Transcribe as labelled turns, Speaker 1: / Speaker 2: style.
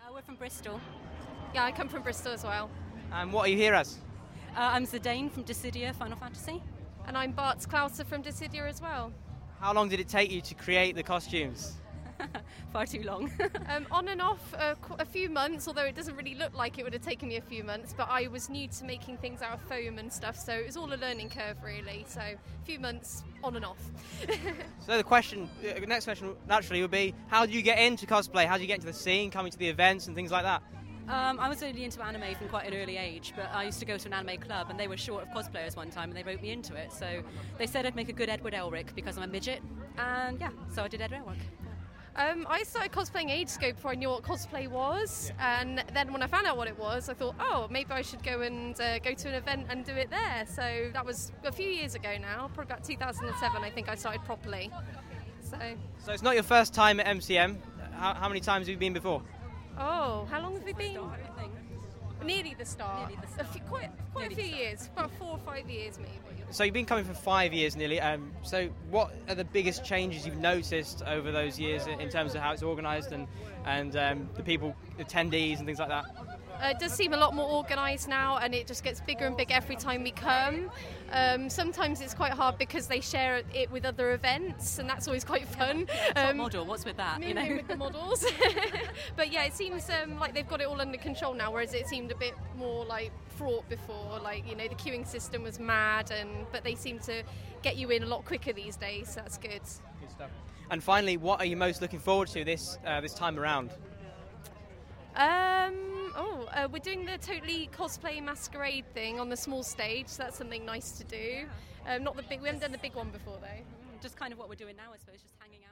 Speaker 1: Uh, We're from Bristol. Yeah, I come from Bristol as well.
Speaker 2: And Um, what are you here as?
Speaker 1: Uh, I'm Zidane from Dissidia Final Fantasy.
Speaker 3: And I'm Bart Klauser from Dissidia as well.
Speaker 2: How long did it take you to create the costumes?
Speaker 1: Far too long.
Speaker 3: Um, on and off uh, qu- a few months, although it doesn't really look like it would have taken me a few months, but I was new to making things out of foam and stuff, so it was all a learning curve really. So a few months on and off.
Speaker 2: So the question, uh, the next question naturally would be, how do you get into cosplay? How do you get into the scene, coming to the events and things like that?
Speaker 1: Um, I was really into anime from quite an early age, but I used to go to an anime club and they were short of cosplayers one time and they wrote me into it. So they said I'd make a good Edward Elric because I'm a midget. And yeah, so I did Edward Elric.
Speaker 3: Um, I started cosplaying Age Scope before I knew what cosplay was, and then when I found out what it was, I thought, oh, maybe I should go and uh, go to an event and do it there. So that was a few years ago now, probably about 2007, I think I started properly. So,
Speaker 2: So it's not your first time at MCM. How, how many times have you been before?
Speaker 3: oh, how long have we been?
Speaker 1: Everything.
Speaker 3: Nearly the start.
Speaker 1: Nearly the
Speaker 3: A few, quite quite
Speaker 1: Nearly
Speaker 3: a
Speaker 1: the
Speaker 3: few years, about four or five years maybe.
Speaker 2: So you've been coming for five years nearly. Um, so what are the biggest changes you've noticed over those years in, in terms of how it's organised and and um, the people, attendees and things like that?
Speaker 3: Uh, it does seem a lot more organised now, and it just gets bigger and bigger every time we come. Um, sometimes it's quite hard because they share it with other events, and that's always quite fun.
Speaker 1: Top
Speaker 3: Um,
Speaker 1: model, what's with that? You
Speaker 3: moving
Speaker 1: know?
Speaker 3: with the models, but yeah, it seems um, like they've got it all under control now. Whereas it seemed a bit more like fraught before. Like you know, the queuing system was mad, and but they seem to get you in a lot quicker these days. So that's good.
Speaker 2: Good stuff. And finally, what are you most looking forward to this uh, this time around?
Speaker 3: Um, oh, uh, we're doing the totally cosplay masquerade thing on the small stage. So that's something nice to do. Um, not the big. We haven't done the big one before though.
Speaker 1: Just kind of what we're doing now, I suppose, just hanging out.